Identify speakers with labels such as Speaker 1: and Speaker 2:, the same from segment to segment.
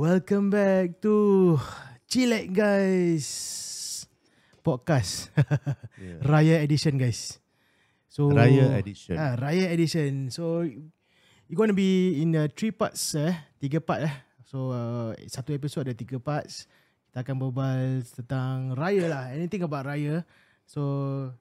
Speaker 1: Welcome back to Chilek guys Podcast yeah. Raya edition guys So
Speaker 2: Raya edition.
Speaker 1: Ah, Raya edition So It's going to be in uh, three parts eh Tiga part eh So uh, satu episod ada tiga parts Kita akan berbual tentang Raya lah Anything about Raya So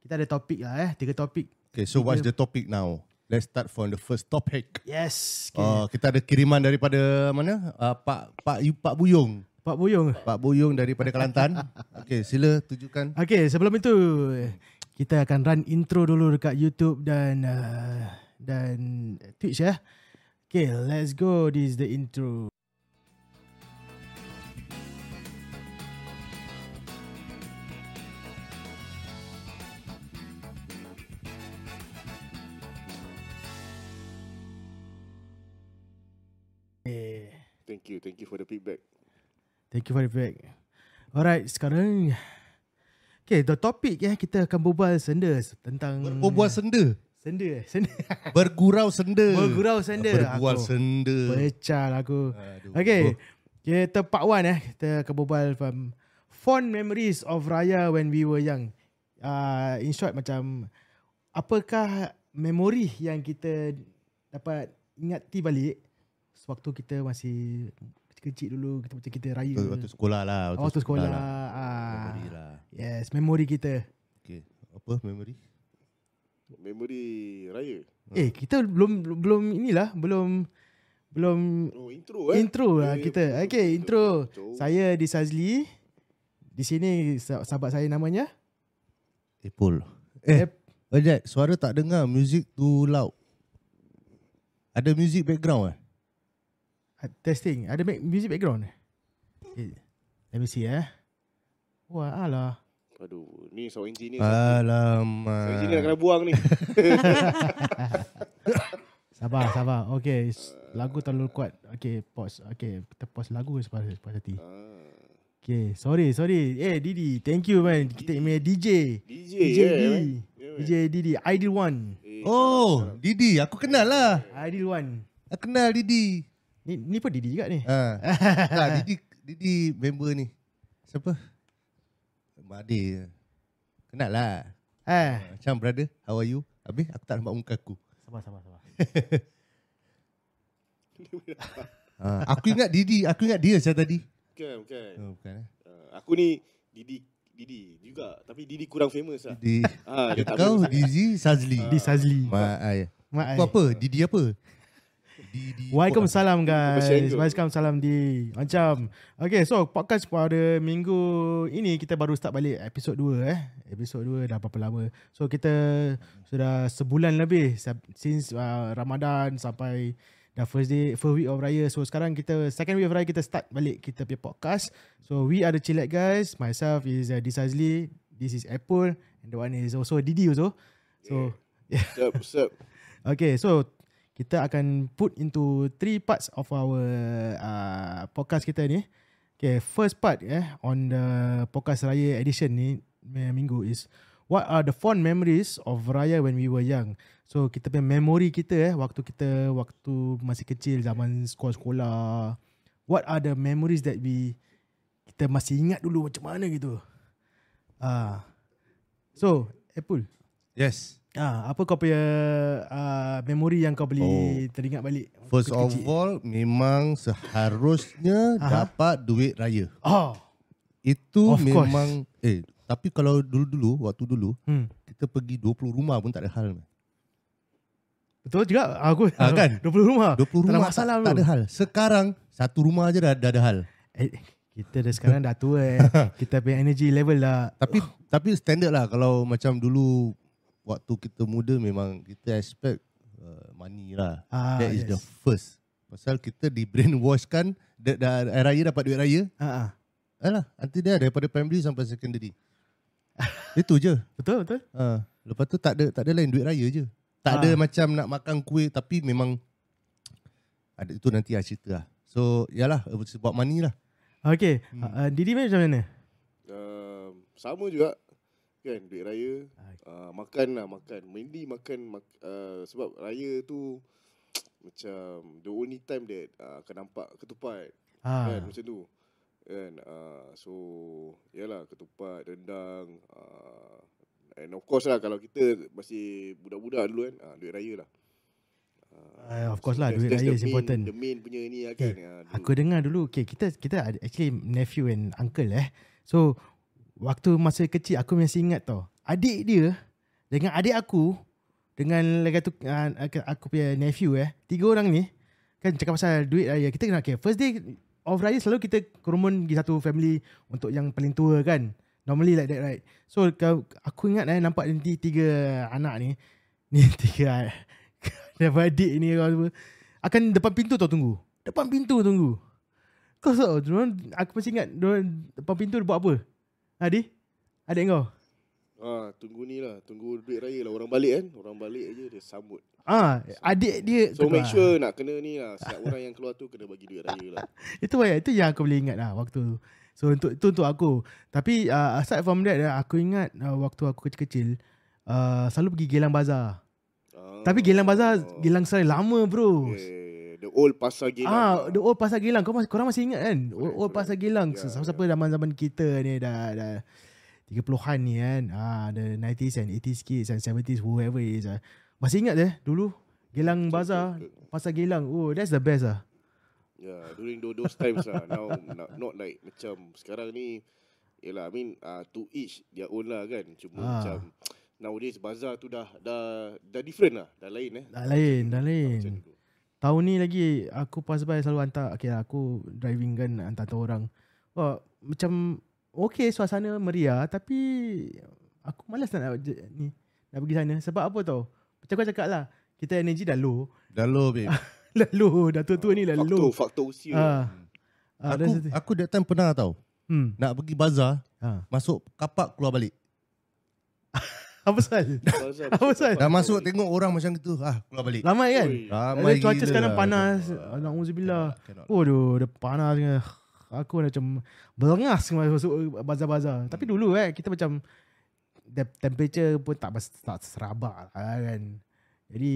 Speaker 1: Kita ada topik lah eh Tiga topik
Speaker 2: Okay, so what's the topic now? Let's start from the first topic.
Speaker 1: Yes okay.
Speaker 2: Uh, kita ada kiriman daripada mana? Uh, Pak Pak Yu Pak Buyung.
Speaker 1: Pak Buyung
Speaker 2: Pak Buyung daripada Kelantan. Okay, sila tunjukkan.
Speaker 1: Okay, sebelum itu kita akan run intro dulu dekat YouTube dan uh, dan Twitch ya. Okay, let's go. This is the intro. Okay.
Speaker 3: Thank you, thank you for the feedback.
Speaker 1: Thank you for the feedback. Alright, sekarang Okay, the topic ya kita akan berbual senda tentang
Speaker 2: Berbual senda.
Speaker 1: senda eh, senda.
Speaker 2: Bergurau senda.
Speaker 1: Bergurau senda.
Speaker 2: Berbual
Speaker 1: Aku.
Speaker 2: senda.
Speaker 1: Pecah lah aku.
Speaker 2: Aduh.
Speaker 1: Okay, kita part one eh. Kita akan berbual from fond memories of Raya when we were young. Uh, in short macam apakah memori yang kita dapat ingati balik sewaktu kita masih kecil-kecil dulu kita macam kita raya.
Speaker 2: Waktu, waktu sekolah lah.
Speaker 1: Oh, waktu sekolah.
Speaker 2: lah.
Speaker 1: Ah.
Speaker 2: Memory lah.
Speaker 1: Yes, memori kita.
Speaker 2: Okay. Apa memory?
Speaker 3: Memori raya.
Speaker 1: Eh, kita belum belum- belum inilah, belum belum
Speaker 3: Oh, intro eh.
Speaker 1: Intro lah
Speaker 3: Eh,
Speaker 1: kita.
Speaker 3: betul,
Speaker 1: Okay,
Speaker 3: betul,
Speaker 1: intro.
Speaker 3: betul, betul.
Speaker 1: Saya Disazli. Di sini sah- sahabat saya namanya.
Speaker 2: Apple.
Speaker 1: Eh.
Speaker 2: Eh, Ojek, suara tak dengar. Music too loud. Ada music background eh?
Speaker 1: Ah, Testing. Ada back- music background? Okay. Let me see eh. Wah, alah.
Speaker 3: Aduh, ni sound engineer.
Speaker 1: Ah.
Speaker 3: Uh, sound engineer
Speaker 2: Alamak.
Speaker 3: nak kena buang ni.
Speaker 1: Sabar, sabar. Okay, s- lagu terlalu kuat. Okay, pause. Okay, kita pause lagu sebab puas hati.
Speaker 3: ah,
Speaker 1: Okay, sorry, sorry. Eh, Didi, thank you man. Kita punya DJ.
Speaker 3: DJ,
Speaker 1: DJ
Speaker 3: yeah,
Speaker 1: Didi.
Speaker 3: man.
Speaker 1: DJ Didi. Ideal One.
Speaker 3: Eh,
Speaker 2: Oh, Didi. Aku kenal lah.
Speaker 1: Ideal One.
Speaker 2: Aku kenal Didi.
Speaker 1: Ni, ni pun Didi juga ni.
Speaker 2: Ha. tak, Didi, Didi member ni. Siapa? Mak Ade. Kenal lah.
Speaker 1: Eh,
Speaker 2: Macam brother, how are you? Habis aku tak nampak muka aku.
Speaker 1: sabar, sabar, sabar.
Speaker 2: Ha. Aku ingat Didi, aku ingat dia saya tadi.
Speaker 3: Bukan, bukan.
Speaker 2: Oh, bukan eh.
Speaker 3: Ah, aku ni Didi Didi juga. Tapi Didi kurang famous lah.
Speaker 2: Didi.
Speaker 3: Ah, dia tak Ah.
Speaker 2: Kau
Speaker 3: famous.
Speaker 2: Didi Sazli.
Speaker 1: Di Sazli.
Speaker 2: Mak ai.
Speaker 1: Mak
Speaker 2: Kau apa? Didi apa? Didi.
Speaker 1: Waalaikumsalam guys.
Speaker 3: Bersenggung.
Speaker 1: Waalaikumsalam di. Macam. Okay, so podcast pada minggu ini kita baru start balik episod 2 eh. Episod 2 dah berapa lama. So kita sudah sebulan lebih sab- since uh, Ramadan sampai dah first day first week of raya. So sekarang kita second week of raya kita start balik kita punya podcast. So we are the Chilek guys. Myself is uh, Disazli, this is Apple and the one is also Didi also. So
Speaker 3: Sup, sup.
Speaker 1: Okay, so kita akan put into three parts of our uh, podcast kita ni. Okay, first part eh on the podcast raya edition ni eh, minggu is what are the fond memories of raya when we were young. So kita punya memory kita eh waktu kita waktu masih kecil zaman sekolah-sekolah. What are the memories that we kita masih ingat dulu macam mana gitu. Ah. so, Apple.
Speaker 2: Yes.
Speaker 1: Ah, apa kau punya uh, memori yang kau boleh oh.
Speaker 2: Oh.
Speaker 1: teringat balik?
Speaker 2: First of all, memang seharusnya
Speaker 1: Aha.
Speaker 2: dapat duit raya.
Speaker 1: Oh.
Speaker 2: Itu
Speaker 1: Of course.
Speaker 2: memang eh tapi kalau dulu-dulu waktu dulu
Speaker 1: Hmm.
Speaker 2: kita pergi 20 rumah pun tak ada hal.
Speaker 1: Betul juga aku.
Speaker 2: Ah, kan?
Speaker 1: 20 rumah.
Speaker 2: 20
Speaker 1: tak ada
Speaker 2: rumah
Speaker 1: masalah
Speaker 2: tak, tak ada hal. Sekarang satu rumah aja dah, dah ada hal.
Speaker 1: Eh, kita dah sekarang dah tua eh. kita punya energy level dah.
Speaker 2: Tapi
Speaker 1: Ah.
Speaker 2: tapi standard lah kalau macam dulu waktu kita muda memang kita expect uh, money lah.
Speaker 1: Ah,
Speaker 2: That is
Speaker 1: yes.
Speaker 2: the first. Pasal kita di brainwash kan da, da, air raya dapat duit raya.
Speaker 1: Ah, ah.
Speaker 2: Alah, nanti dia daripada primary sampai secondary. Itu je.
Speaker 1: Betul betul.
Speaker 2: Ha, lepas tu tak ada tak ada lain duit raya je. Tak ada
Speaker 1: Ah.
Speaker 2: macam nak makan kuih tapi memang ada itu nanti lah cerita lah. So yalah sebab money lah.
Speaker 1: Okay. Hmm. Uh, Didi Man macam mana?
Speaker 3: Um, sama juga. Kan, duit raya.
Speaker 1: Hai.
Speaker 3: Uh, makan lah, makan. Mainly makan. Mak, uh, sebab raya tu macam the only time that uh, akan ah, nampak ketupat.
Speaker 1: Ha.
Speaker 3: kan macam tu kan uh, so yalah ketupat rendang uh, and of course lah kalau kita masih budak-budak dulu kan uh, duit raya lah
Speaker 1: Ah, of course
Speaker 3: so
Speaker 1: lah,
Speaker 3: that's-
Speaker 1: duit
Speaker 3: that's
Speaker 1: raya
Speaker 3: the
Speaker 1: is
Speaker 3: main-
Speaker 1: important.
Speaker 3: the main punya ni lah
Speaker 1: Okay,
Speaker 3: kan ah, duit.
Speaker 1: Aku dengar dulu okay, Kita kita ada actually nephew and uncle eh So Waktu masa kecil aku masih ingat tau Adik dia Dengan adik aku Dengan lagi tu uh, aku- Aku punya nephew eh Tiga orang ni Kan cakap pasal duit raya Kita kena okay, First day of raya selalu kita kerumun Pergi satu family Untuk yang paling tua kan Normally like that right So kau- aku ingat eh Nampak nanti tiga anak ni Ni tiga Daripada adik ni kau apa akan depan pintu tau tunggu. Depan pintu tunggu. Kau tahu, diorang, aku masih ingat diorang depan pintu dia buat apa? Adi? Adik kau?
Speaker 3: ah tunggu ni lah tunggu duit raya lah orang balik kan orang balik aja dia sambut
Speaker 1: Ah, adik dia
Speaker 3: so
Speaker 1: tu lah.
Speaker 3: make sure nak kena ni lah setiap orang yang keluar tu kena bagi duit raya lah
Speaker 1: Itu banyak itu yang aku boleh ingat lah waktu tu. So untuk itu untuk aku. Tapi uh, aside from that uh, aku ingat uh, waktu aku kecil-kecil uh, selalu pergi Gelang Bazar.
Speaker 3: ah.
Speaker 1: Tapi Gelang Bazar Gelang Serai lama bro.
Speaker 3: yeah, the old pasar gelang
Speaker 1: Ah, the old pasar Gilang. Kau korang masih ingat kan? Old, old
Speaker 3: correct.
Speaker 1: pasar Gilang.
Speaker 3: Ya,
Speaker 1: Siapa-siapa zaman-zaman kita ni dah dah 30-an ni kan. Ah, the 90s and 80s kids and 70s whoever it is. Ah. Masih ingat eh dulu Gilang Bazar, pasar Gilang. Oh, that's the best ah.
Speaker 3: Yeah, Ya, during tho- those times lah. Now not, not like macam sekarang ni Yelah, I mean uh, to each their own lah kan. Cuma
Speaker 1: Ah.
Speaker 3: macam nowadays bazar tu dah dah dah different lah, dah lain eh.
Speaker 1: Dah lain, dah lain.
Speaker 3: Macam dulu.
Speaker 1: Tahun ni lagi aku pass by selalu hantar okay, lah, aku driving kan hantar tu orang. Wah, macam okay suasana meriah tapi aku malas nak, nak je- ni nak pergi sana sebab apa tau? Macam kau cakap lah kita energy dah low.
Speaker 2: Dah low babe.
Speaker 1: Dah low, dah tua-tua ni dah
Speaker 3: Faktor
Speaker 1: low.
Speaker 3: faktor usia. Hmm.
Speaker 1: Ah. Ah,
Speaker 2: aku
Speaker 1: that's the thing.
Speaker 2: aku that time pernah tau.
Speaker 1: hmm.
Speaker 2: Nak pergi bazar,
Speaker 1: Ah.
Speaker 2: masuk kapak keluar balik.
Speaker 1: Apa pasal?
Speaker 3: Bazar
Speaker 1: Apa
Speaker 3: masuk
Speaker 1: pasal?
Speaker 3: tempat
Speaker 2: Dah
Speaker 3: kau
Speaker 2: masuk
Speaker 3: ni.
Speaker 2: tengok orang macam gitu, ah keluar balik.
Speaker 1: Lama kan?
Speaker 3: Oi.
Speaker 1: Ada
Speaker 2: Ramai
Speaker 1: cuaca
Speaker 2: gila
Speaker 1: sekarang
Speaker 2: lah.
Speaker 1: panas.
Speaker 2: Cannot lah,
Speaker 1: Alhamdulillah.
Speaker 2: cannot lah.
Speaker 1: Waduh, dia panas dengan aku dah macam berengas masuk bazar-bazar. Tapi
Speaker 3: Hmm.
Speaker 1: dulu eh kita macam the temperature pun tak bas- tak serabak lah kan. Jadi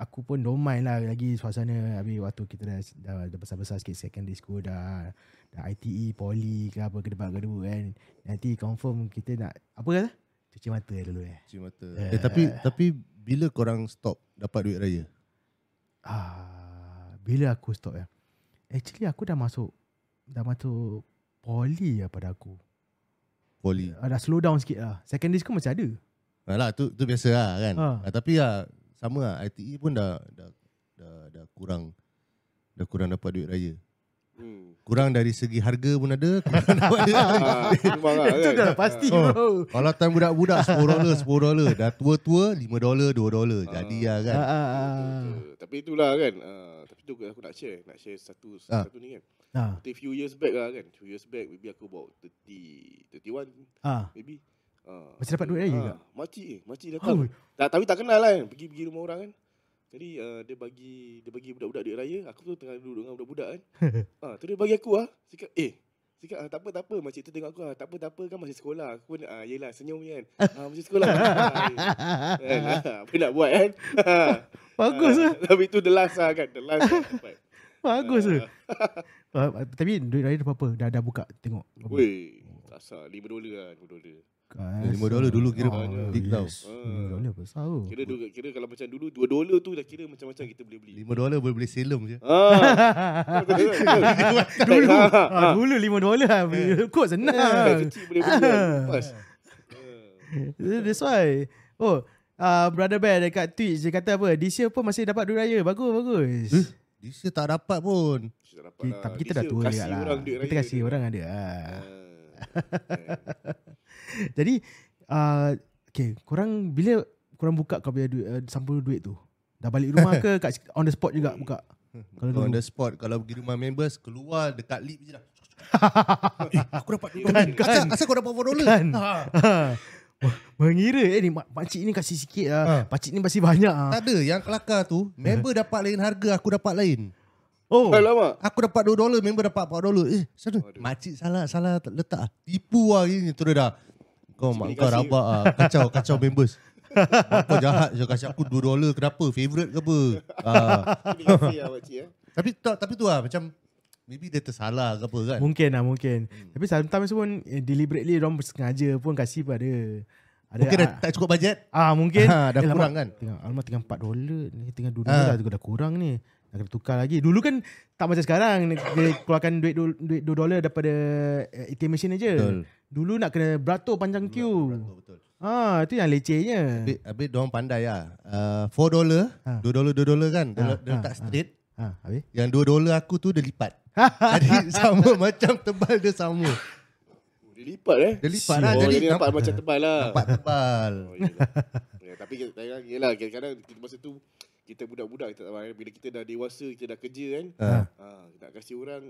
Speaker 1: aku pun don't mind lah lagi suasana habis waktu kita dah dah, dah besar-besar sikit secondary school dah dah ITE, poly ke apa kedebak-kedebuk kan. Nanti confirm kita nak apa kata? Cuci mata dulu eh.
Speaker 2: Cuci mata. Eh, tapi tapi bila korang stop dapat duit raya?
Speaker 1: Ah, bila aku stop ya. Actually aku dah masuk dah masuk poly lah pada aku.
Speaker 2: Poli.
Speaker 1: Ah, dah slow down sikit lah. Secondary school masih ada.
Speaker 2: Alah tu tu biasa lah kan.
Speaker 1: Ha.
Speaker 2: Ha. Ah, tapi ya sama lah ITE pun dah dah dah, dah kurang dah kurang dapat duit raya.
Speaker 3: Hmm.
Speaker 2: Kurang dari segi harga pun ada. kurang dapat duit raya.
Speaker 3: Ah, memang lah
Speaker 1: Itu
Speaker 3: kan.
Speaker 1: dah pasti
Speaker 2: Oh.
Speaker 1: bro.
Speaker 2: Kalau time budak-budak 10 dolar, 10 dolar. Dah tua-tua 5 dolar, 2 dolar. Jadi lah
Speaker 3: ya.
Speaker 2: kan.
Speaker 1: Ah, ah, ah.
Speaker 3: Betul, betul. Tapi itulah kan. ah, tapi tu aku nak share, nak share satu
Speaker 2: Ah.
Speaker 3: satu ni kan.
Speaker 1: Ah,
Speaker 3: Tapi few years back lah kan. Few years back maybe aku about 30 31
Speaker 1: ah.
Speaker 3: Maybe uh,
Speaker 1: Masih dapat duit raya ke?
Speaker 3: Makcik eh Makcik datang
Speaker 1: Oh,
Speaker 3: tak, Tapi tak kenal lah kan Pergi-pergi rumah orang kan Jadi uh, dia bagi Dia bagi budak-budak duit raya Aku tu tengah duduk dengan budak-budak kan ah, Tu dia bagi aku lah Cakap eh Cakap ah, tak apa tak apa Makcik tu tengok aku ah, Tak apa tak apa kan masih sekolah Aku pun ah, yelah senyum je kan ah, Masih sekolah ah, eh. Kan, ah, Apa nak buat kan
Speaker 1: bagus
Speaker 3: ah,
Speaker 1: lah.
Speaker 3: Tapi tu the last lah kan The last lah dapat.
Speaker 1: Bagus lah.
Speaker 3: Ah,
Speaker 1: Ah, Tapi duit raya dah apa-apa. Dah, dah buka tengok.
Speaker 3: Weh Kasar 5 dolar lah 5 dolar
Speaker 1: Ah,
Speaker 2: Lima dolar dulu kira
Speaker 1: ah,
Speaker 2: big tau.
Speaker 1: yes. Lima dolar besar tu.
Speaker 3: Kira, dulu- kira kalau macam dulu 2 dolar tu dah kira macam-macam kita boleh
Speaker 2: 5
Speaker 3: beli
Speaker 2: dolar boleh beli selum je.
Speaker 3: Ah. Dulu.
Speaker 1: Ah, dulu lima dolar lah. Beli Kot senang.
Speaker 3: Kecil boleh beli. kan?
Speaker 1: Ah.
Speaker 3: Lepas.
Speaker 1: That's why. Oh, uh, Brother Bear dekat Twitch dia kata apa? This year pun masih dapat duit raya. Bagus, bagus.
Speaker 2: Eh, Dia tak dapat pun.
Speaker 3: Kita tak dapat
Speaker 1: Ki-
Speaker 3: lah.
Speaker 1: tapi kita
Speaker 3: Dia
Speaker 1: dah tua
Speaker 3: kasih
Speaker 1: juga lah.
Speaker 3: orang duit
Speaker 1: Kita
Speaker 3: raya
Speaker 1: kasih
Speaker 3: dia.
Speaker 1: orang ada. lah.
Speaker 3: Ah.
Speaker 1: Jadi, uh, okay, korang bila korang buka kau punya duit, uh, sampul duit tu? Dah balik rumah ke kat sik- on the spot juga buka? Kalau
Speaker 2: Kalau on
Speaker 1: dulu.
Speaker 2: the spot kalau pergi rumah members keluar dekat lip je lah. eh, aku dapat dua
Speaker 1: Kan,
Speaker 2: dolar.
Speaker 1: kan.
Speaker 2: Asal, asal kau dapat 4 dolar?
Speaker 1: Kan.
Speaker 2: Ha.
Speaker 1: Ha. Wah, Mengira eh ni mak, makcik ni kasih sikit lah.
Speaker 2: Ha.
Speaker 1: Pakcik ni masih banyak lah.
Speaker 2: Tak ada yang kelakar tu Member dapat lain harga Aku dapat lain
Speaker 1: Oh,
Speaker 3: Alamak.
Speaker 2: Aku dapat 2 dolar Member dapat 4 dolar Eh sana Makcik salah Salah tak letak ah. Tipu lah ini Terus dah Kau mak kau
Speaker 3: kasih.
Speaker 2: rabak ah. Kacau Kacau members Mak Kau jahat je Kasih aku 2 dolar Kenapa Favorite ke apa ah.
Speaker 3: Terima kasih lah makcik. eh.
Speaker 2: Tapi tak, tapi tu lah Macam Maybe dia tersalah ke apa kan
Speaker 1: Mungkin lah mungkin
Speaker 2: Hmm.
Speaker 1: Tapi sometimes pun eh, Deliberately Diorang sengaja pun Kasih pada Ada
Speaker 2: Mungkin dah
Speaker 1: ah,
Speaker 2: tak cukup bajet
Speaker 1: ah, Mungkin
Speaker 2: Ha, dah
Speaker 1: Eh,
Speaker 2: kurang
Speaker 1: alamak,
Speaker 2: kan?
Speaker 1: tengah, Alamak tengah 4 dolar ni, Tengah 2
Speaker 2: Ah.
Speaker 1: dolar dah, dah kurang ni Nak kena tukar lagi Dulu kan Tak macam sekarang ni, Dia keluarkan duit, du- duit 2 dolar Daripada eh, ATM machine aja Dulu nak kena beratur panjang queue
Speaker 2: Oh, Betul, betul.
Speaker 1: Ah, Itu yang lecehnya
Speaker 2: Habis, habis diorang pandai lah uh, 4 dolar
Speaker 1: Ha.
Speaker 2: 2 dolar 2 dolar kan Dia,
Speaker 1: Ha,
Speaker 2: dia
Speaker 1: ha,
Speaker 2: letak
Speaker 1: ha.
Speaker 2: straight
Speaker 1: ha, Habis
Speaker 2: Yang 2 dolar aku tu dia lipat Jadi sama macam tebal dia sama
Speaker 3: Dia lipat eh.
Speaker 2: Dia lipat lah
Speaker 3: Oh,
Speaker 2: Jadi
Speaker 3: jadi nampak
Speaker 2: nampak,
Speaker 3: macam tebal lah.
Speaker 2: nampak tebal
Speaker 3: Oh, yelah. ya, tapi kadang-kadang yelah, kadang-kadang kita masa tu kita budak-budak kita tak faham. bila kita dah dewasa kita dah kerja kan
Speaker 2: ha.
Speaker 3: ha, nak kasih orang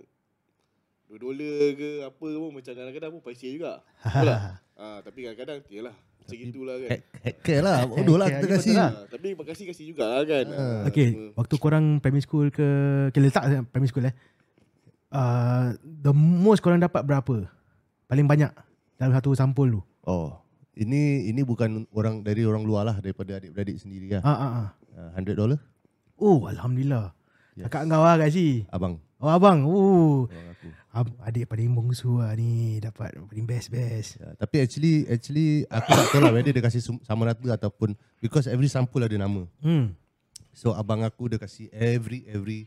Speaker 3: 2 dolar ke apa pun macam kadang-kadang pun paiseh juga Betul tak? ha, tapi kadang-kadang yelah macam
Speaker 2: Tapi
Speaker 3: gitulah kan
Speaker 2: Heck, heck care lah Bodoh lah
Speaker 1: care
Speaker 2: kita
Speaker 1: lagi
Speaker 2: kasih
Speaker 1: betul lah.
Speaker 3: ha, tapi makasih kasih juga lah kan
Speaker 2: Ha.
Speaker 3: Ah,
Speaker 1: Okay,
Speaker 3: cuma-
Speaker 1: waktu korang primary school ke okay, letak saja primary school eh. Uh, the most korang dapat berapa? Paling banyak dalam satu sampul tu.
Speaker 2: Oh ini ini bukan orang dari orang luar lah daripada adik-beradik sendiri lah.
Speaker 1: Ha ah ah.
Speaker 2: Uh, 100 dolar
Speaker 1: Oh, alhamdulillah. Yes.
Speaker 2: Yes.
Speaker 1: Kakak kau lah Kak Si.
Speaker 2: abang
Speaker 1: Oh abang. Oh.
Speaker 2: abang aku.
Speaker 1: Ab- adik paling bongsu lah ni dapat paling best best.
Speaker 2: Ya, tapi actually actually aku tak tahu lah whether dia kasih sum- sama rata ataupun because every sampul ada nama.
Speaker 1: Hmm.
Speaker 2: So abang aku dia kasih every every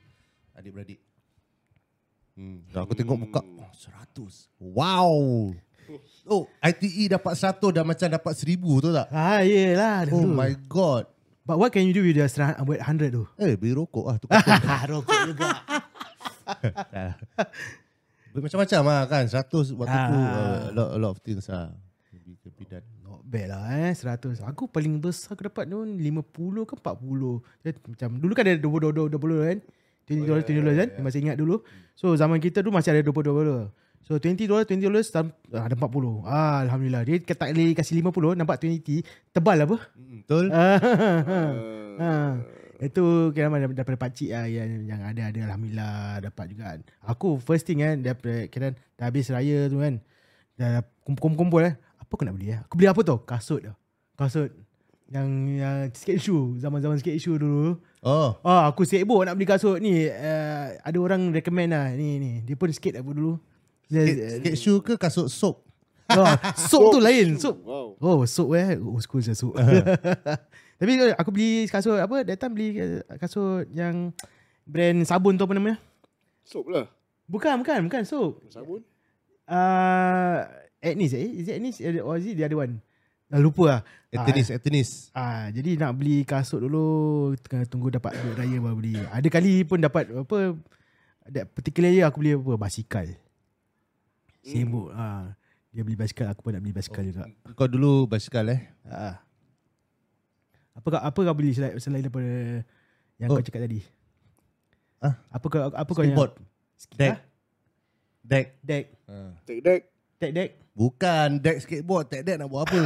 Speaker 2: adik-beradik. Hmm. Dan aku tengok buka oh, 100. Wow. Oh, ITE dapat 100 dah macam dapat 1000 tu tak?
Speaker 1: Ah yelah
Speaker 2: Oh
Speaker 1: dulu. Oh
Speaker 2: my god.
Speaker 1: But what can you do with the serah- buat 100 tu?
Speaker 2: Eh, beli rokok lah tu. kotor.
Speaker 1: Rokok juga.
Speaker 2: Dah. Beli Macam-macam lah kan. 100 waktu tu
Speaker 1: Ah.
Speaker 2: uh, a, lot, a lot of things lah. Maybe can be done.
Speaker 1: Not bad lah eh 100 Aku paling besar aku dapat tu 50 ke 40 Dia Macam dulu kan ada 20 dolar 20 kan 20
Speaker 2: Oh,
Speaker 1: dolar
Speaker 2: ya,
Speaker 1: 20 dolar kan yeah. Masih ingat dulu
Speaker 2: Hmm.
Speaker 1: So zaman kita tu masih ada 20 dolar So 20 dolar 20 dolar sam- ah, Ada 40 ah, Alhamdulillah Dia ke- tak boleh kasih 50 Nampak 20 Tebal apa
Speaker 2: Mm, Betul?
Speaker 1: Ah,
Speaker 2: Ha.
Speaker 3: Ah,
Speaker 1: ah. Itu kira mana daripada pakcik lah yang, yang ada ada Alhamdulillah dapat juga kan Aku first thing kan daripada, kira, Dah habis raya tu kan Dah kumpul-kumpul eh Apa aku nak beli eh Aku beli apa tau Kasut tau Kasut Yang, yang skate shoe Zaman-zaman skate shoe dulu
Speaker 2: Oh.
Speaker 1: Ah, aku sibuk nak beli kasut ni. Uh, ada orang recommend lah ni ni. Dia pun skate aku dulu. Dia,
Speaker 2: Skate shoe ke kasut soap?
Speaker 1: no, soap tu lain. Soap.
Speaker 3: wow
Speaker 1: Oh, soap eh. Oh, school je soap. Tapi eh, aku beli kasut apa? That time beli eh, kasut yang brand sabun tu apa namanya?
Speaker 3: soap lah
Speaker 1: Bukan, bukan, bukan soap.
Speaker 3: sabun
Speaker 1: Uh, Agnes eh? Is it Agnes or is it the other one? Dah lupa lah. Ah,
Speaker 2: Etanis, etanis.
Speaker 1: Ah, jadi nak beli kasut dulu tengah tunggu dapat duit raya baru beli. Ada kali pun dapat apa that particular year aku beli apa basikal. Sibuk ah. Dia beli basikal aku pun nak beli basikal juga.
Speaker 2: Kau dulu basikal eh?
Speaker 1: Ah. Apa kau apa kau beli selain, selain daripada yang
Speaker 2: Oh.
Speaker 1: kau cakap tadi?
Speaker 2: Ah.
Speaker 1: Apa kau apa kau yang
Speaker 2: Skateboard.
Speaker 1: Ha?
Speaker 2: Deck. Deck.
Speaker 1: Deck.
Speaker 3: tag deck
Speaker 1: Deck deck.
Speaker 2: Bukan deck skateboard, tag deck nak buat apa?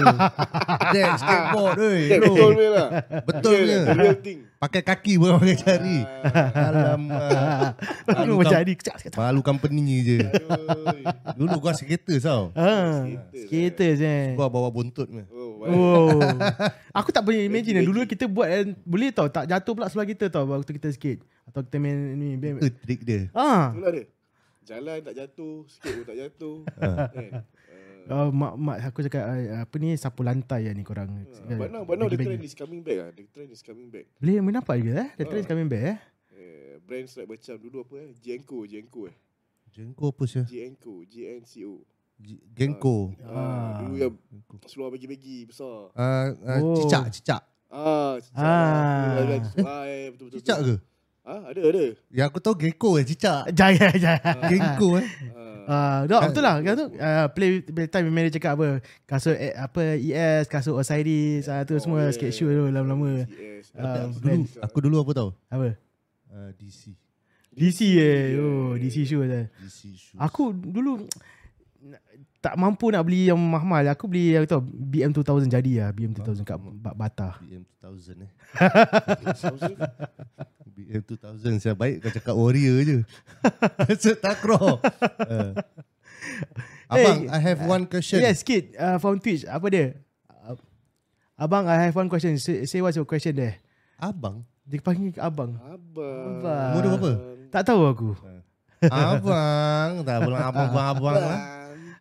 Speaker 2: deck skateboard oi.
Speaker 3: tag
Speaker 2: bro.
Speaker 3: betul punya lah
Speaker 2: Betul
Speaker 3: Real-
Speaker 2: punya.
Speaker 3: real thing
Speaker 2: Pakai kaki bukan pakai jari.
Speaker 3: Ah,
Speaker 2: Alamak. Malu,
Speaker 1: Aku macam
Speaker 2: kam-
Speaker 1: tadi kecak kecak.
Speaker 2: malu company je.
Speaker 3: aduh.
Speaker 2: Dulu gua skater tau.
Speaker 1: Ah.
Speaker 3: Skaters,
Speaker 1: Skater je.
Speaker 2: Gua bawa buntut punya.
Speaker 3: oh wow
Speaker 1: Oh. Aku tak boleh imagine lah.
Speaker 3: Bagi-bagi.
Speaker 1: Dulu kita buat eh, Boleh tau Tak jatuh pula sebelah kita tau Waktu kita skate Atau kita main ni band.
Speaker 2: Itu trik dia.
Speaker 1: Ah,
Speaker 3: Itulah dia. Jalan tak jatuh, sikit pun tak jatuh.
Speaker 1: Ah.
Speaker 3: kan? Uh,
Speaker 1: uh, mak mak aku cakap uh, apa ni sapu lantai ya ni korang.
Speaker 3: but now, but now the
Speaker 1: Bagi-bagi.
Speaker 3: trend is coming back ah. The trend is coming back.
Speaker 1: Boleh main apa juga eh? The trend is
Speaker 3: Ah.
Speaker 1: coming back eh.
Speaker 3: Uh, brands like macam dulu apa eh? Jenko, Jenko eh.
Speaker 2: Jengko apa sih?
Speaker 3: Jenko, JNCO.
Speaker 2: J- Gengko.
Speaker 3: Ah,
Speaker 1: Ah.
Speaker 3: dulu yang seluar bagi-bagi besar.
Speaker 2: Ah, ah,
Speaker 1: Oh.
Speaker 2: cicak, cicak.
Speaker 3: Ah, cicak.
Speaker 1: Ah.
Speaker 3: Ah, eh, betul betul.
Speaker 2: Cicak ke?
Speaker 3: Ah, ada ada.
Speaker 2: Ya aku tahu gecko eh, cicak.
Speaker 1: Jangan jangan.
Speaker 2: Gengko eh.
Speaker 3: Ah,
Speaker 1: Ah, uh, betul lah kan tu. Uh, play play time memang dia cakap apa? Kasut eh, apa ES, kasut Osiris, ah tu
Speaker 3: oh,
Speaker 1: semua
Speaker 3: yeah.
Speaker 1: skate show tu lama-lama.
Speaker 3: CS.
Speaker 1: Ah,
Speaker 2: Dulu aku dulu apa tahu?
Speaker 1: Apa?
Speaker 2: Ah, DC.
Speaker 1: DC eh. Oh, DC show tu.
Speaker 2: DC shoes.
Speaker 1: Aku dulu tak mampu nak beli yang mahal. Aku beli yang tu BM 2000 jadi lah. BM 2000 kat Ba- Bata.
Speaker 2: BM 2000 eh.
Speaker 3: Thousand.
Speaker 2: BM 2000 saya baik kau cakap warrior je. Saya takraw. Uh. Abang,
Speaker 1: Eh,
Speaker 2: I have one question.
Speaker 1: Yes, kid uh, from Twitch. Apa dia? Uh, abang, I have one question. Say, say what's your question there?
Speaker 2: Abang,
Speaker 1: Dia panggil abang.
Speaker 3: Abang.
Speaker 1: Abang.
Speaker 2: umur dia berapa?
Speaker 1: Tak tahu aku.
Speaker 2: Abang. eh. Tak boleh
Speaker 1: eh?
Speaker 2: abang-abang lah.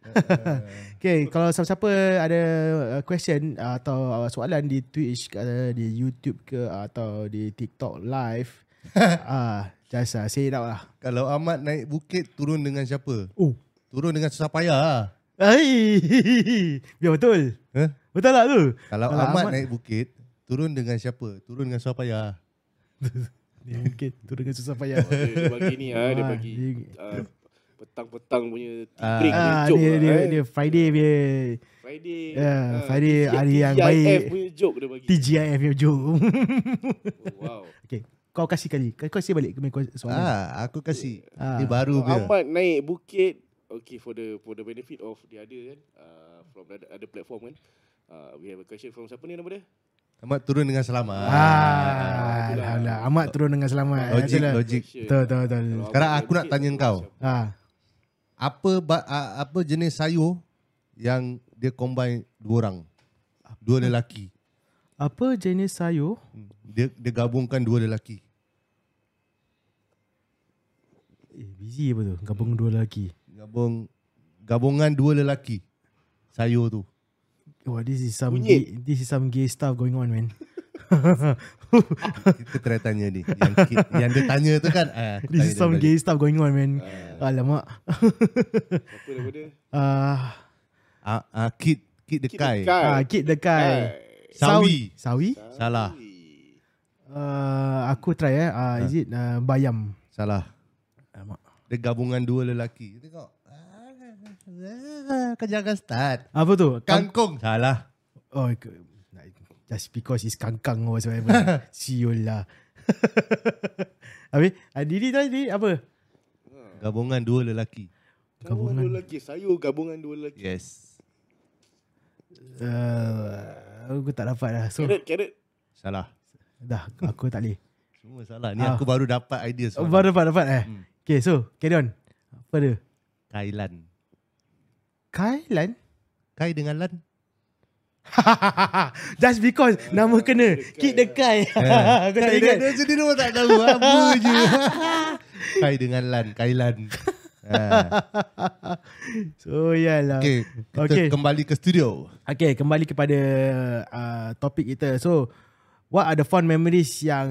Speaker 1: Okay, kalau siapa-siapa ada uh, question uh, atau uh, soalan di Twitch, uh, di YouTube ke uh, atau di TikTok live, uh, just uh, say it out lah.
Speaker 2: Kalau Ahmad naik bukit, turun dengan siapa?
Speaker 1: Oh.
Speaker 2: Turun dengan susah payah lah.
Speaker 1: Hai, biar betul.
Speaker 2: Eh?
Speaker 1: Betul tak tu?
Speaker 2: Kalau
Speaker 1: Kalau
Speaker 2: Ahmad,
Speaker 1: Ahmad-
Speaker 2: naik bukit, turun dengan siapa? Turun dengan susah payah.
Speaker 1: Dia mungkin turun dengan susah payah.
Speaker 3: Oh, Dia, dia bagi ni ah, dia
Speaker 1: Ah,
Speaker 3: bagi
Speaker 1: dia-
Speaker 3: ah, petang-petang punya tea
Speaker 2: Ah.
Speaker 3: break punya
Speaker 1: Ah,
Speaker 3: joke
Speaker 1: dia,
Speaker 3: lah,
Speaker 1: dia,
Speaker 3: eh.
Speaker 1: dia Friday dia
Speaker 3: Friday.
Speaker 1: Yeah,
Speaker 3: ah,
Speaker 1: Friday
Speaker 3: TGIF
Speaker 1: hari yang baik.
Speaker 3: punya joke dia bagi.
Speaker 1: TGIF punya joke.
Speaker 3: Oh, wow.
Speaker 1: okay, kau kasih kali. Kau kau kasih balik ke kau soalan.
Speaker 2: Ah, aku kasih.
Speaker 1: Ah.
Speaker 2: Dia baru punya.
Speaker 3: Ahmad naik bukit Okay for the for the benefit of the other kan uh, from the other- other platform kan uh, we have a question from siapa ni nama dia
Speaker 2: Ahmad turun dengan selamat.
Speaker 1: Ah,
Speaker 3: itulah.
Speaker 1: alhamdulillah. Ahmad turun dengan selamat.
Speaker 2: Logik,
Speaker 1: Itulah.
Speaker 2: logik.
Speaker 1: Betul, betul, betul.
Speaker 3: Kalau
Speaker 2: Sekarang
Speaker 3: Ahmad
Speaker 2: aku nak
Speaker 3: naik
Speaker 2: tanya
Speaker 3: bukit,
Speaker 2: kau.
Speaker 3: siapa?
Speaker 1: Ah,
Speaker 2: Apa ba, a- apa jenis sayur yang dia combine dua orang? Dua lelaki.
Speaker 1: apa jenis sayur?
Speaker 2: Hmm. Dia dia gabungkan dua lelaki.
Speaker 1: Eh, busy apa tu? Gabung dua lelaki.
Speaker 2: Gabung gabungan dua lelaki. Sayur tu.
Speaker 1: Wah, this is some
Speaker 3: Kunyit.
Speaker 1: gay, this is some gay stuff going on, man.
Speaker 2: Kita try tanya ni. Yang, ki- yang dia tanya tu kan. Ah, aku
Speaker 1: This is
Speaker 2: tanya
Speaker 1: some
Speaker 2: dia
Speaker 1: gay stuff going on, man. Alamak.
Speaker 3: siapa nama dia
Speaker 1: Ah,
Speaker 2: balik. Ah, ah, kid kid dekai.
Speaker 3: Dekai.
Speaker 1: ah kid dekai.
Speaker 2: Sawi.
Speaker 1: Sawi?
Speaker 2: Salah.
Speaker 3: Ui.
Speaker 1: Uh, aku try eh. Uh, is it uh, bayam?
Speaker 2: Salah.
Speaker 1: Alamak.
Speaker 2: Dia gabungan dua lelaki. Tengok. Ah, ah, Kau jangan start.
Speaker 1: Apa tu? Kang-
Speaker 2: Kangkung. Salah.
Speaker 1: oh, ke- just because it's kangkang or whatsoever. Siul lah. Habis, uh, Didi tadi Didi apa?
Speaker 2: Gabungan dua lelaki.
Speaker 3: gabungan dua lelaki sayur gabungan dua lelaki
Speaker 2: Yes.
Speaker 1: Uh, aku tak dapat lah. So,
Speaker 3: carrot carrot
Speaker 2: Salah.
Speaker 1: dah. Aku tak boleh.
Speaker 2: Semua salah. Ni
Speaker 1: Ah.
Speaker 2: aku baru dapat idea
Speaker 1: Oh,
Speaker 2: soalan.
Speaker 1: baru dapat, dapat eh.
Speaker 2: Hmm.
Speaker 1: Okay, so carry on. Apa dia?
Speaker 2: Kailan.
Speaker 1: Kailan?
Speaker 2: Kai dengan Lan.
Speaker 1: Just because nama kena. Kid
Speaker 2: Eh.
Speaker 1: dekai. aku tak ingat.
Speaker 2: Dia sendiri pun tak tahu. Apa je. Kai dengan Lan. Kailan. Ha.
Speaker 1: So, yalah.
Speaker 2: Okay. Kita
Speaker 1: Okay.
Speaker 2: kembali ke studio.
Speaker 1: Okay, kembali kepada uh, topik kita. So, what are the fond memories yang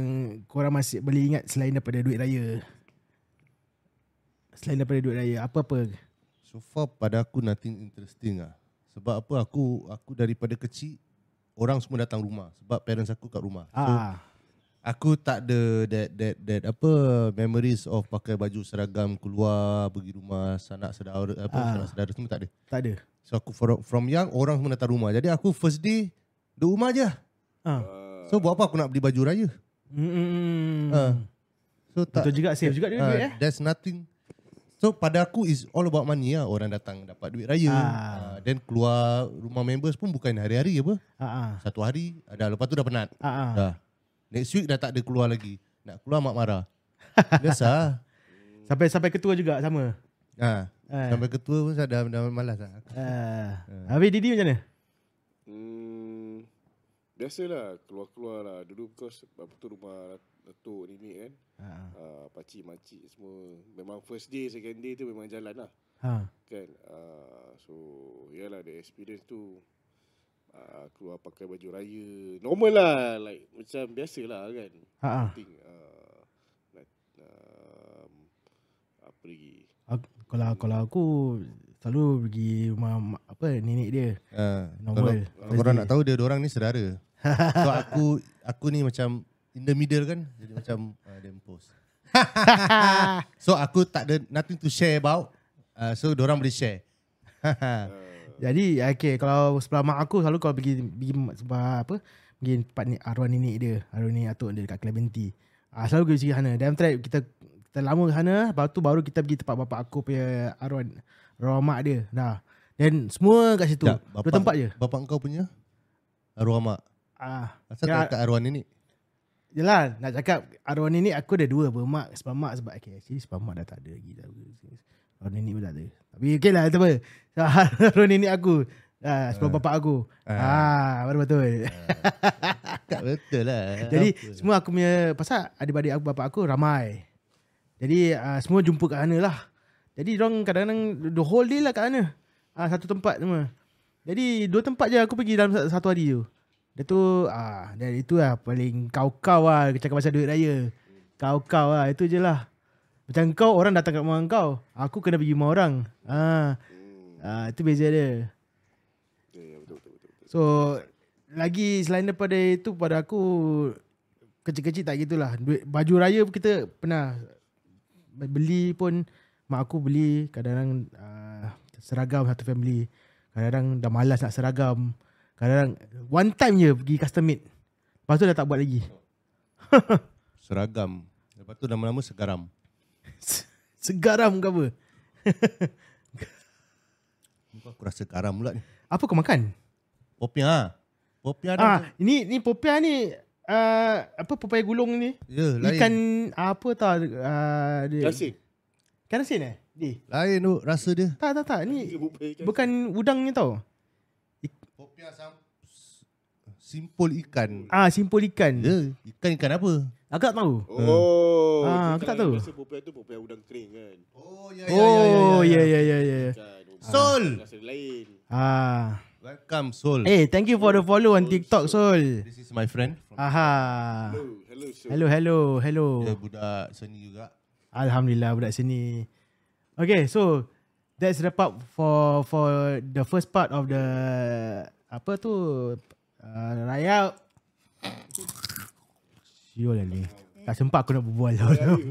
Speaker 1: korang masih boleh ingat selain daripada duit raya? Selain daripada duit raya, apa-apa?
Speaker 2: So far pada aku nothing interesting lah. Sebab apa aku aku daripada kecil orang semua datang rumah sebab parents aku kat rumah. So
Speaker 1: Ah,
Speaker 2: Aku tak ada that that that apa memories of pakai baju seragam keluar pergi rumah sanak saudara apa
Speaker 1: Ah.
Speaker 2: sanak saudara semua tak ada.
Speaker 1: tak ada.
Speaker 2: So aku from, from young orang semua datang rumah. Jadi aku first day duduk rumah je.
Speaker 1: Ah.
Speaker 2: So buat apa aku nak beli baju raya?
Speaker 1: Mm-mm.
Speaker 2: Ah, So tak
Speaker 1: Betul juga, save juga dia
Speaker 2: ah,
Speaker 1: duit eh.
Speaker 2: There's nothing. So pada aku is all about money lah. Orang datang dapat duit raya.
Speaker 1: Ah.
Speaker 2: Ah. Then keluar rumah members pun bukan hari-hari apa.
Speaker 1: Ah, ah,
Speaker 2: Satu hari ada lepas tu dah penat.
Speaker 1: ah, ah.
Speaker 2: Dah. Next week dah tak ada keluar lagi. Nak keluar mak marah. Biasa. lah.
Speaker 1: Sampai sampai ketua juga sama.
Speaker 2: Ha.
Speaker 1: Ah.
Speaker 2: Sampai ketua pun saya dah, dah malas lah.
Speaker 1: Ah. Habis Didi macam mana?
Speaker 3: Hmm, biasalah keluar-keluar lah dulu because apa tu rumah datuk nenek kan.
Speaker 2: Ha,
Speaker 1: Ah.
Speaker 3: Uh, pakcik makcik semua memang first day second day tu memang jalan lah
Speaker 1: Ha.
Speaker 3: kan. Uh, so yalah the experience tu uh, keluar pakai baju raya normal lah like macam biasalah kan.
Speaker 1: Ha. ah.
Speaker 3: Think uh, like, um, apa lagi?
Speaker 1: Aku, kalau kalau aku selalu pergi rumah mak- apa nenek dia.
Speaker 2: Ha.
Speaker 1: Normal.
Speaker 2: Kalau, kalau orang nak tahu dia orang ni saudara. so aku aku ni macam in the middle kan. Jadi macam uh, dia post. so aku tak ada nothing to share about. Uh, so orang boleh share.
Speaker 1: Jadi okay kalau sebelah mak aku selalu kalau pergi pergi sebelah apa pergi tempat ni arwah nenek dia, arwah nenek atuk dia dekat Clementi. Ah selalu pergi sana. Dan after that, kita kita lama ke sana, lepas tu baru kita pergi tempat bapak aku punya arwah arwah mak dia. Dah. Dan semua kat situ.
Speaker 2: Sekejap,
Speaker 1: Dua tempat je.
Speaker 2: Ya, Bapak kau punya arwah mak.
Speaker 1: Ah.
Speaker 2: Asal
Speaker 1: Ya.
Speaker 2: tak kat arwah nenek?
Speaker 1: Yelah nak cakap arwah nenek aku ada dua bermak sebab mak sebab okay, actually sebab mak dah tak ada lagi dah. Arwah nenek pun tak ada. Tapi okay lah tak apa. Arwah nenek aku. Ah, sebab bapak aku. Ah, betul betul.
Speaker 2: Tak betul lah.
Speaker 1: Jadi
Speaker 2: Apa?
Speaker 1: semua aku punya pasal adik-adik aku bapak aku ramai. Jadi uh, semua jumpa kat sana lah. Jadi orang kadang-kadang the whole day lah kat sana. Uh, satu tempat semua. Jadi dua tempat je aku pergi dalam sa- satu hari tu. Dia tu ah uh, dari itu lah paling kau-kau lah cakap pasal duit raya. Kau-kau lah itu je lah. Macam kau orang datang kat rumah kau. Aku kena pergi rumah orang. Ah ah itu beza dia.
Speaker 3: Ya, ya, betul, betul, betul. betul.
Speaker 1: So lagi selain daripada itu pada aku kecil-kecil tak gitulah. Duit baju raya pun kita pernah beli pun mak aku beli kadang-kadang uh, seragam satu family. Kadang-kadang dah malas nak seragam. Kadang-kadang one time je pergi custom made. Lepas tu dah tak buat lagi.
Speaker 2: Seragam. Lepas tu lama-lama segaram.
Speaker 1: Segaram ke apa?
Speaker 2: Muka Aku rasa garam pula ni.
Speaker 1: Apa kau makan?
Speaker 2: Popia ha. Popia ada.
Speaker 1: Ah, ini ni popiah ni uh, apa popiah gulung ni?
Speaker 2: Ya, lain.
Speaker 1: Ikan ah, apa tau uh, dia.
Speaker 3: Yasin.
Speaker 1: Karasin eh? Di.
Speaker 2: Lain tu rasa dia.
Speaker 1: Tak tak tak ni
Speaker 3: Dia bukan ikan.
Speaker 1: bukan udang ni tau.
Speaker 2: Popia sam simpul ikan.
Speaker 1: Ah simpul ikan.
Speaker 2: Ya, ikan ikan apa?
Speaker 1: Aku tak tahu.
Speaker 3: Oh.
Speaker 1: Ah,
Speaker 3: dia
Speaker 1: aku tak tahu.
Speaker 3: Rasa popiah tu popiah udang kering kan.
Speaker 2: Oh, ya
Speaker 1: Oh ya ya ya ya.
Speaker 3: Kan. oh,
Speaker 2: Sol.
Speaker 3: Rasa lain.
Speaker 1: Ah.
Speaker 2: Welcome Sol.
Speaker 1: Eh thank you for the follow on TikTok Sol.
Speaker 2: This is my friend from
Speaker 1: Aha.
Speaker 3: Hello, hello. Sol.
Speaker 1: Hello hello hello.
Speaker 2: dia budak seni juga.
Speaker 1: Alhamdulillah budak sini. Okay so that's wrap up for for the first part of the apa tu uh, raya. Siul lah ni. Tak sempat aku nak berbual.